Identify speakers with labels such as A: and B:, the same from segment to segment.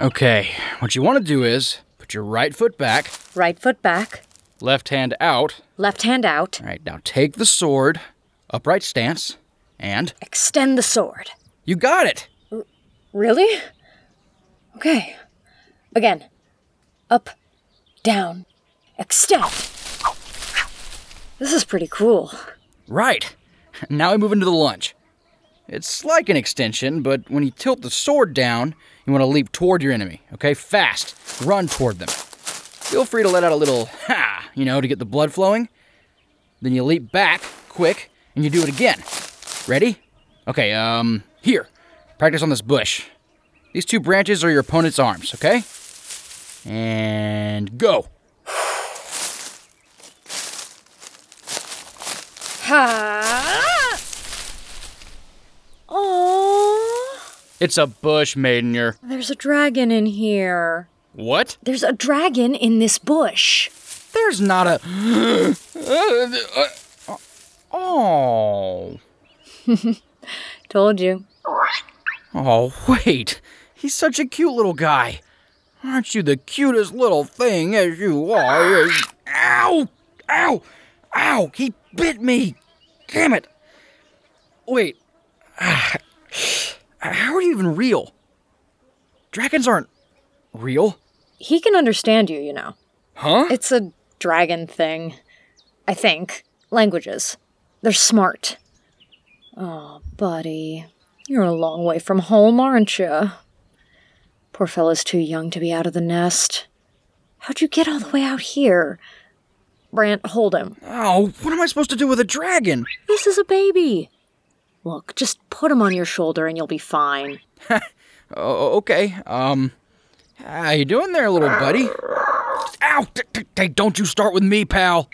A: Okay, what you want to do is put your right foot back,
B: Right foot back,
A: left hand out.
B: left hand out,
A: All right, now take the sword, upright stance, and
B: extend the sword.
A: you got it.
B: Really? Okay. Again. Up, down, extend. This is pretty cool.
A: Right. Now we move into the lunge. It's like an extension, but when you tilt the sword down, you want to leap toward your enemy, okay? Fast. Run toward them. Feel free to let out a little ha, you know, to get the blood flowing. Then you leap back, quick, and you do it again. Ready? Okay, um, here. Practice on this bush. These two branches are your opponent's arms, okay? And go.
B: Ha! Oh,
A: It's a bush, Maidener.
B: there's a dragon in here.
A: What?
B: There's a dragon in this bush.
A: There's not a. oh.
B: Told you.
A: Oh, wait. He's such a cute little guy. Aren't you the cutest little thing as you are? Ow! Ow! Ow! He bit me! Damn it! Wait. Ah. How are you even real? Dragons aren't real?
B: He can understand you, you know.
A: Huh?
B: It's a dragon thing. I think. Languages. They're smart. Oh, buddy. You're a long way from home, aren't you? Poor fella's too young to be out of the nest. How'd you get all the way out here? Brant, hold him.
A: Oh, what am I supposed to do with a dragon?
B: This is a baby. Look, just put him on your shoulder and you'll be fine.
A: Oh, okay. Um, how you doing there, little buddy? Ow! D- d- d- don't you start with me, pal.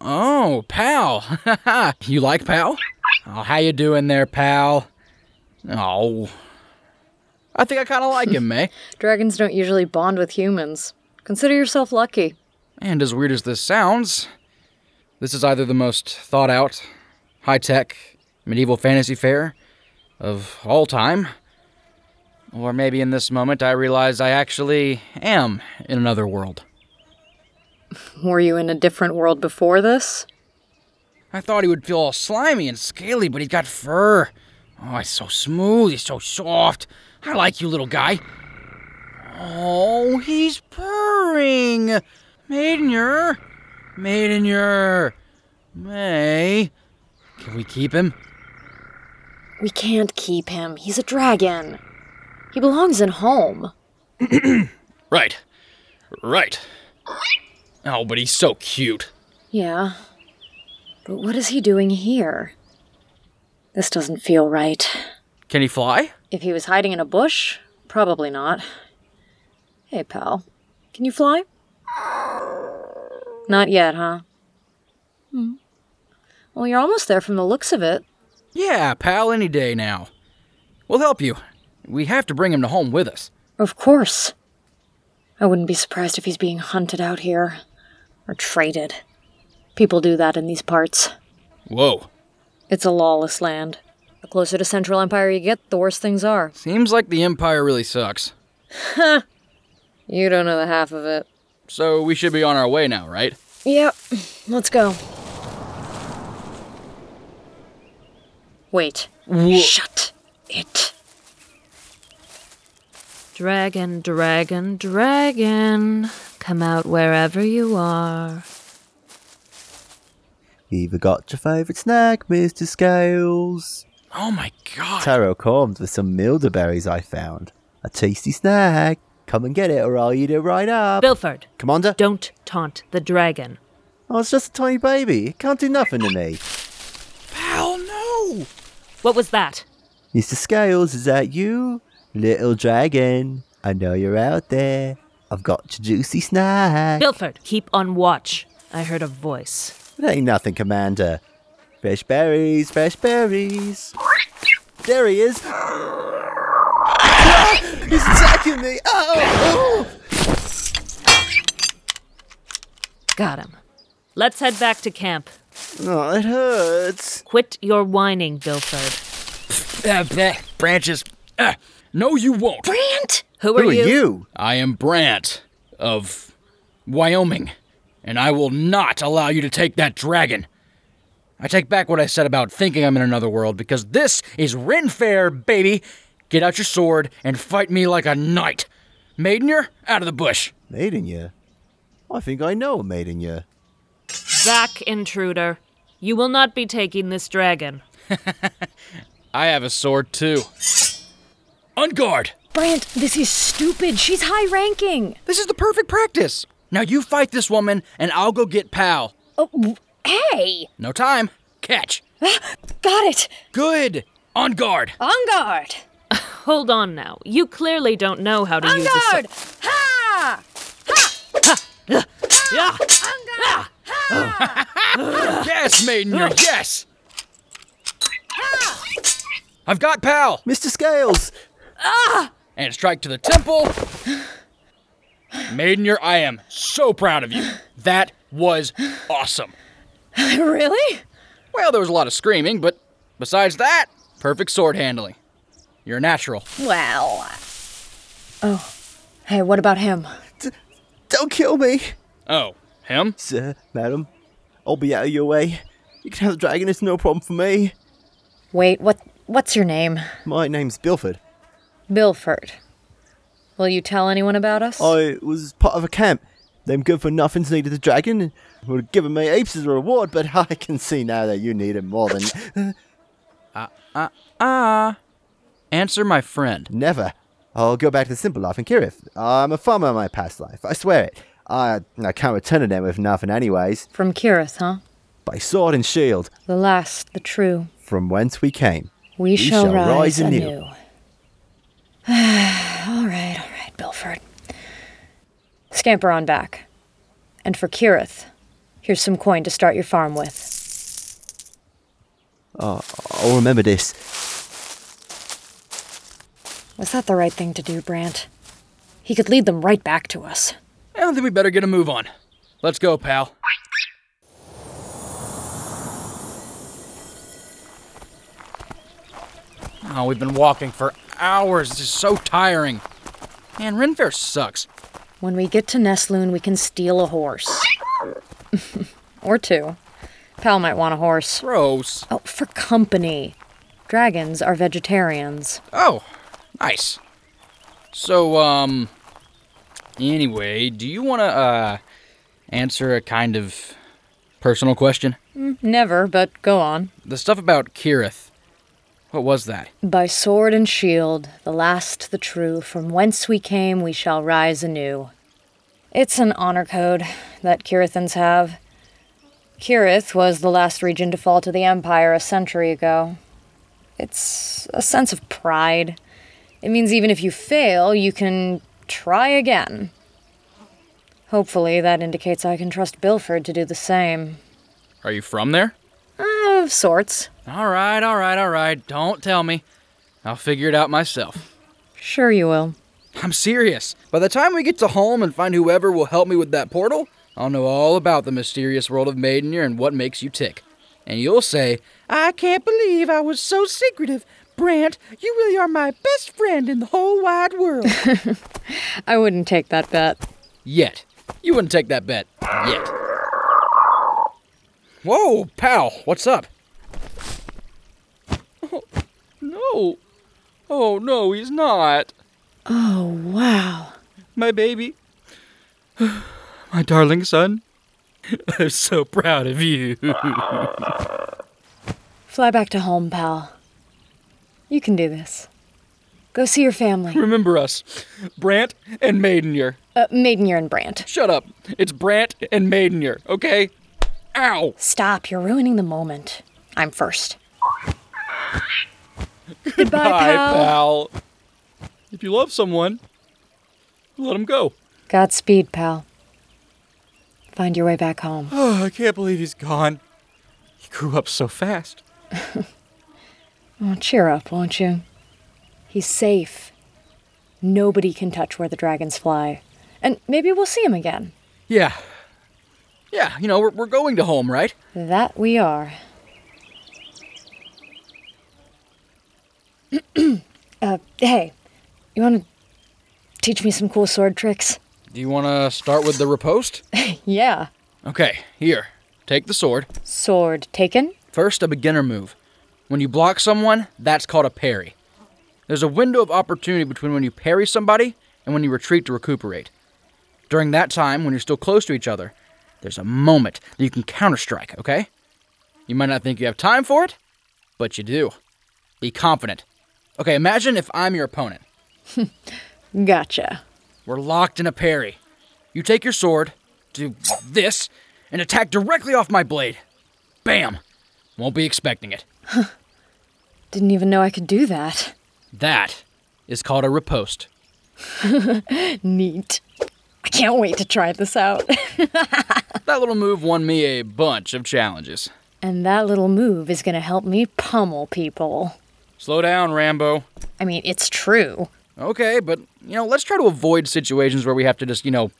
A: Oh, pal. you like pal? Oh, how you doing there, pal? Oh, I think I kind of like him, May.
B: Dragons don't usually bond with humans. Consider yourself lucky.
A: And as weird as this sounds, this is either the most thought out, high tech, medieval fantasy fair of all time, or maybe in this moment I realize I actually am in another world.
B: Were you in a different world before this?
A: I thought he would feel all slimy and scaly, but he's got fur. Oh, he's so smooth, he's so soft. I like you, little guy. Oh, he's purring. Maidener. Maidener. May. Can we keep him?
B: We can't keep him. He's a dragon. He belongs in home.
A: Right. Right. Oh, but he's so cute.
B: Yeah. But what is he doing here? This doesn't feel right.
A: Can he fly?
B: If he was hiding in a bush, probably not. Hey, pal. Can you fly? Not yet, huh? Hmm. Well, you're almost there from the looks of it.
A: Yeah, pal, any day now. We'll help you. We have to bring him to home with us.
B: Of course. I wouldn't be surprised if he's being hunted out here or traded. People do that in these parts.
A: Whoa.
B: It's a lawless land. The closer to Central Empire you get, the worse things are.
A: Seems like the Empire really sucks.
B: You don't know the half of it.
A: So we should be on our way now, right?
B: Yep, let's go. Wait. Shut it.
C: Dragon, dragon, dragon, come out wherever you are.
D: You've got your favourite snack, Mr. Scales.
A: Oh my god.
D: Taro corned with some milderberries I found. A tasty snack. Come and get it or I'll eat it right up.
C: Bilford,
D: Commander?
C: don't taunt the dragon.
D: I was Oh, just a tiny baby. It can't do nothing to me.
A: Pal, no!
C: What was that?
D: Mr. Scales, is that you? Little dragon, I know you're out there. I've got your juicy snack.
C: Bilford, keep on watch. I heard a voice.
D: It ain't nothing, Commander. Fresh berries, fresh berries. There he is. Ah, He's attacking me. Oh!
C: Got him. Let's head back to camp.
D: oh, it hurts.
C: Quit your whining, Bilford.
A: Eh, Uh, bleh, branches. Uh, Eh, no, you won't.
B: Brant!
C: Who are,
D: Who are
C: you?
D: you?
A: I am Brant of Wyoming, and I will not allow you to take that dragon. I take back what I said about thinking I'm in another world because this is Ren Fair, baby. Get out your sword and fight me like a knight. Maidener, out of the bush.
D: Maiden year? I think I know a maiden year.
C: Back, intruder. You will not be taking this dragon.
A: I have a sword too. On guard.
B: Brant, this is stupid. She's high ranking.
A: This is the perfect practice. Now you fight this woman, and I'll go get Pal.
B: Oh, w- hey!
A: No time. Catch.
B: Got it!
A: Good. On guard.
B: On guard!
C: Hold on now. You clearly don't know how to
B: On
C: use a sword.
B: guard! Ha!
C: Yeah.
A: Yes, Maidener. Yes. I've got Pal.
D: Mr. Scales!
A: And strike to the temple. Maidener, I am so proud of you. That was awesome.
B: Really?
A: Well, there was a lot of screaming, but besides that, perfect sword handling. You're a natural.
B: Well. Oh. Hey, what about him?
D: Don't kill me!
A: Oh, him?
D: Sir, madam, I'll be out of your way. You can have the dragon, it's no problem for me.
B: Wait, what what's your name?
D: My name's Bilford.
B: Bilford. Will you tell anyone about us?
D: I was part of a camp. Them good for nothings needed the dragon and would have given me apes as a reward, but I can see now that you need it more than
A: Answer my friend.
D: never. I'll go back to the simple life in Kirith. I'm a farmer in my past life, I swear it. I, I can't return to them with nothing anyways.
B: From Kirith, huh?
D: By sword and shield,
B: The last, the true.
D: from whence we came.
B: We, shall,
D: shall
B: rise,
D: rise anew.
B: anew. all right, all right, Bilford. Scamper on back. And for Kirith, here's some coin to start your farm with.
D: I'll remember this.
B: Was that the right thing to do, Brant? He could lead them right back to us.
A: I don't think we better get a move on. Let's go, pal. Oh, we've been walking for hours. This is so tiring. Man, Renfair sucks.
B: When we get to Nestloon, we can steal a horse. or two. Pal might want a horse.
A: Gross.
B: Oh, for company. Dragons are vegetarians.
A: Oh, nice. So, um. Anyway, do you want to, uh, answer a kind of personal question?
B: Never, but go on.
A: The stuff about Kirith. What was that?
B: By sword and shield, the last, the true, from whence we came, we shall rise anew. It's an honor code that Kirithans have. Kirith was the last region to fall to the Empire a century ago. It's a sense of pride. It means even if you fail, you can try again. Hopefully, that indicates I can trust Bilford to do the same.
A: Are you from there?
B: Of sorts.
A: All right, all right, all right. Don't tell me. I'll figure it out myself.
B: Sure, you will.
A: I'm serious. By the time we get to home and find whoever will help me with that portal, I'll know all about the mysterious world of Maidenir and what makes you tick. And you'll say, I can't believe I was so secretive. Brant, you really are my best friend in the whole wide world.
B: I wouldn't take that bet.
A: Yet. You wouldn't take that bet. Yet. Whoa, pal, what's up? Oh, no. Oh, no, he's not.
B: Oh, wow.
A: My baby. My darling son. I'm so proud of you.
B: Fly back to home, pal. You can do this. Go see your family.
A: Remember us. Brant and Maidenir.
B: Uh, Maidenir and Brant.
A: Shut up. It's Brant and Maidenir, okay? Ow!
B: Stop, you're ruining the moment. I'm first. Goodbye, pal.
A: pal. If you love someone, let him go.
B: Godspeed, pal. Find your way back home.
A: Oh, I can't believe he's gone. He grew up so fast.
B: Oh, cheer up, won't you? He's safe. Nobody can touch where the dragons fly. And maybe we'll see him again.
A: Yeah. Yeah, you know, we're, we're going to home, right?
B: That we are. uh, hey, you want to Teach me some cool sword tricks.
A: Do you want to start with the riposte?
B: Yeah.
A: Okay, here. Take the sword.
B: Sword taken?
A: First, a beginner move. When you block someone, that's called a parry. There's a window of opportunity between when you parry somebody and when you retreat to recuperate. During that time, when you're still close to each other, there's a moment that you can counterstrike, okay? You might not think you have time for it, but you do. Be confident. Okay, imagine if I'm your opponent.
B: Gotcha.
A: We're locked in a parry. You take your sword, do this, and attack directly off my blade. Bam! Won't be expecting it.
B: Didn't even know I could do that.
A: That is called a riposte.
B: Neat. I can't wait to try this out.
A: That little move won me a bunch of challenges.
B: and that little move is gonna help me pummel people.
A: Slow down, Rambo.
B: I mean, it's true.
A: Okay, but, you know, let's try to avoid situations where we have to just, you know,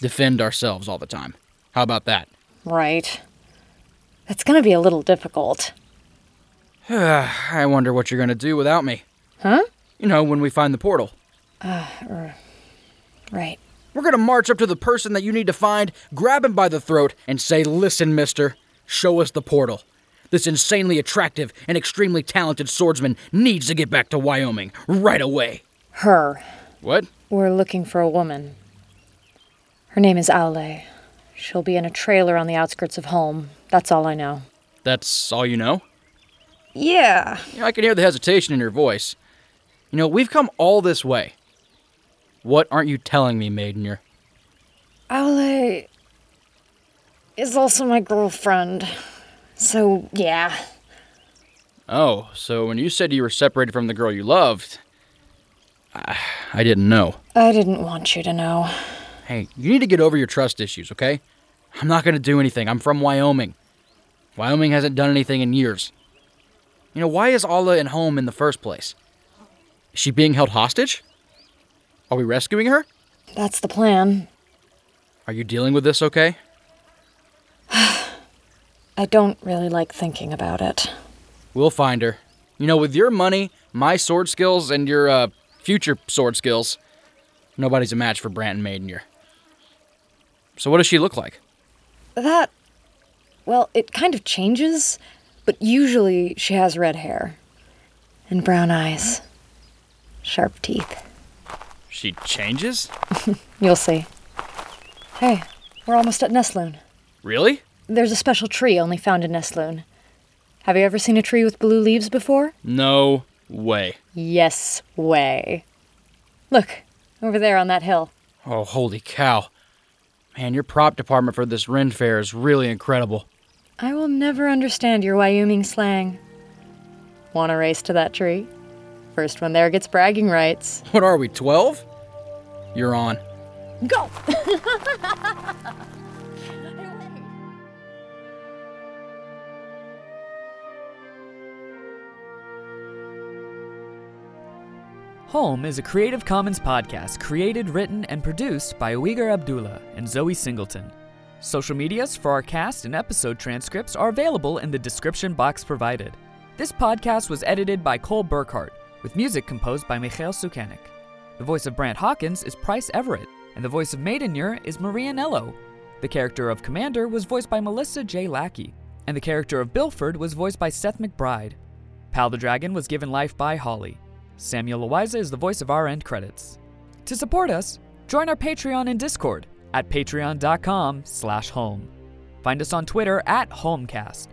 A: defend ourselves all the time. How about that?
B: Right. That's gonna be a little difficult.
A: I wonder what you're gonna do without me. Huh? You know, when we find the portal.
B: Right.
A: We're gonna march up to the person that you need to find, grab him by the throat, and say, Listen, mister, show us the portal. This insanely attractive and extremely talented swordsman needs to get back to Wyoming right away.
B: Her.
A: What?
B: We're looking for a woman. Her name is Aule. She'll be in a trailer on the outskirts of home. That's all I know.
A: That's all you know?
B: Yeah.
A: You know, I can hear the hesitation in your voice. You know, we've come all this way. What aren't you telling me, Maidener?
B: Aule is also my girlfriend. So, yeah.
A: Oh, so when you said you were separated from the girl you loved, I, I didn't know.
B: I didn't want you to know.
A: Hey, you need to get over your trust issues, okay? I'm not going to do anything. I'm from Wyoming. Wyoming hasn't done anything in years. You know, why is Alla in home in the first place? Is she being held hostage? Are we rescuing her?
B: That's the plan.
A: Are you dealing with this okay?
B: I don't really like thinking about it.
A: We'll find her. You know, with your money, my sword skills, and your uh, future sword skills, nobody's a match for Branton Maidenier. So, what does she look like?
B: That. Well, it kind of changes, but usually she has red hair and brown eyes, sharp teeth.
A: She changes?
B: You'll see. Hey, we're almost at Nestloon.
A: Really?
B: There's a special tree only found in Nestloon. Have you ever seen a tree with blue leaves before?
A: No way.
B: Yes, way. Look, over there on that hill.
A: Oh, holy cow. Man, your prop department for this Ren Fair is really incredible.
B: I will never understand your Wyoming slang. Want to race to that tree? First one there gets bragging rights.
A: What are we, 12? You're on.
B: Go!
E: Home is a Creative Commons podcast created, written, and produced by Uyghur Abdullah and Zoe Singleton. Social medias for our cast and episode transcripts are available in the description box provided. This podcast was edited by Cole Burkhart, with music composed by Mikhail Sukanik. The voice of Brant Hawkins is Price Everett, and the voice of Maidenure is Maria Nello. The character of Commander was voiced by Melissa J. Lackey, and the character of Bilford was voiced by Seth McBride. Pal the Dragon was given life by Holly. Samuel Loiza is the voice of our end credits. To support us, join our Patreon and Discord at patreon.com slash home. Find us on Twitter at Homecast.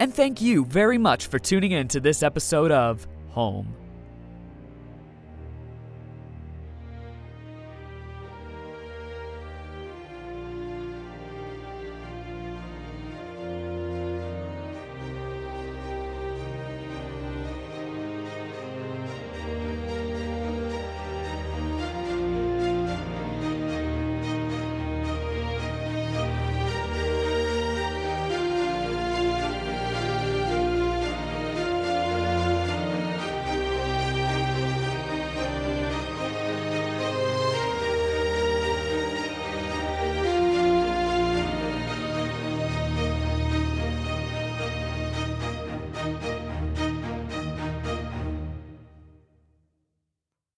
E: And thank you very much for tuning in to this episode of Home.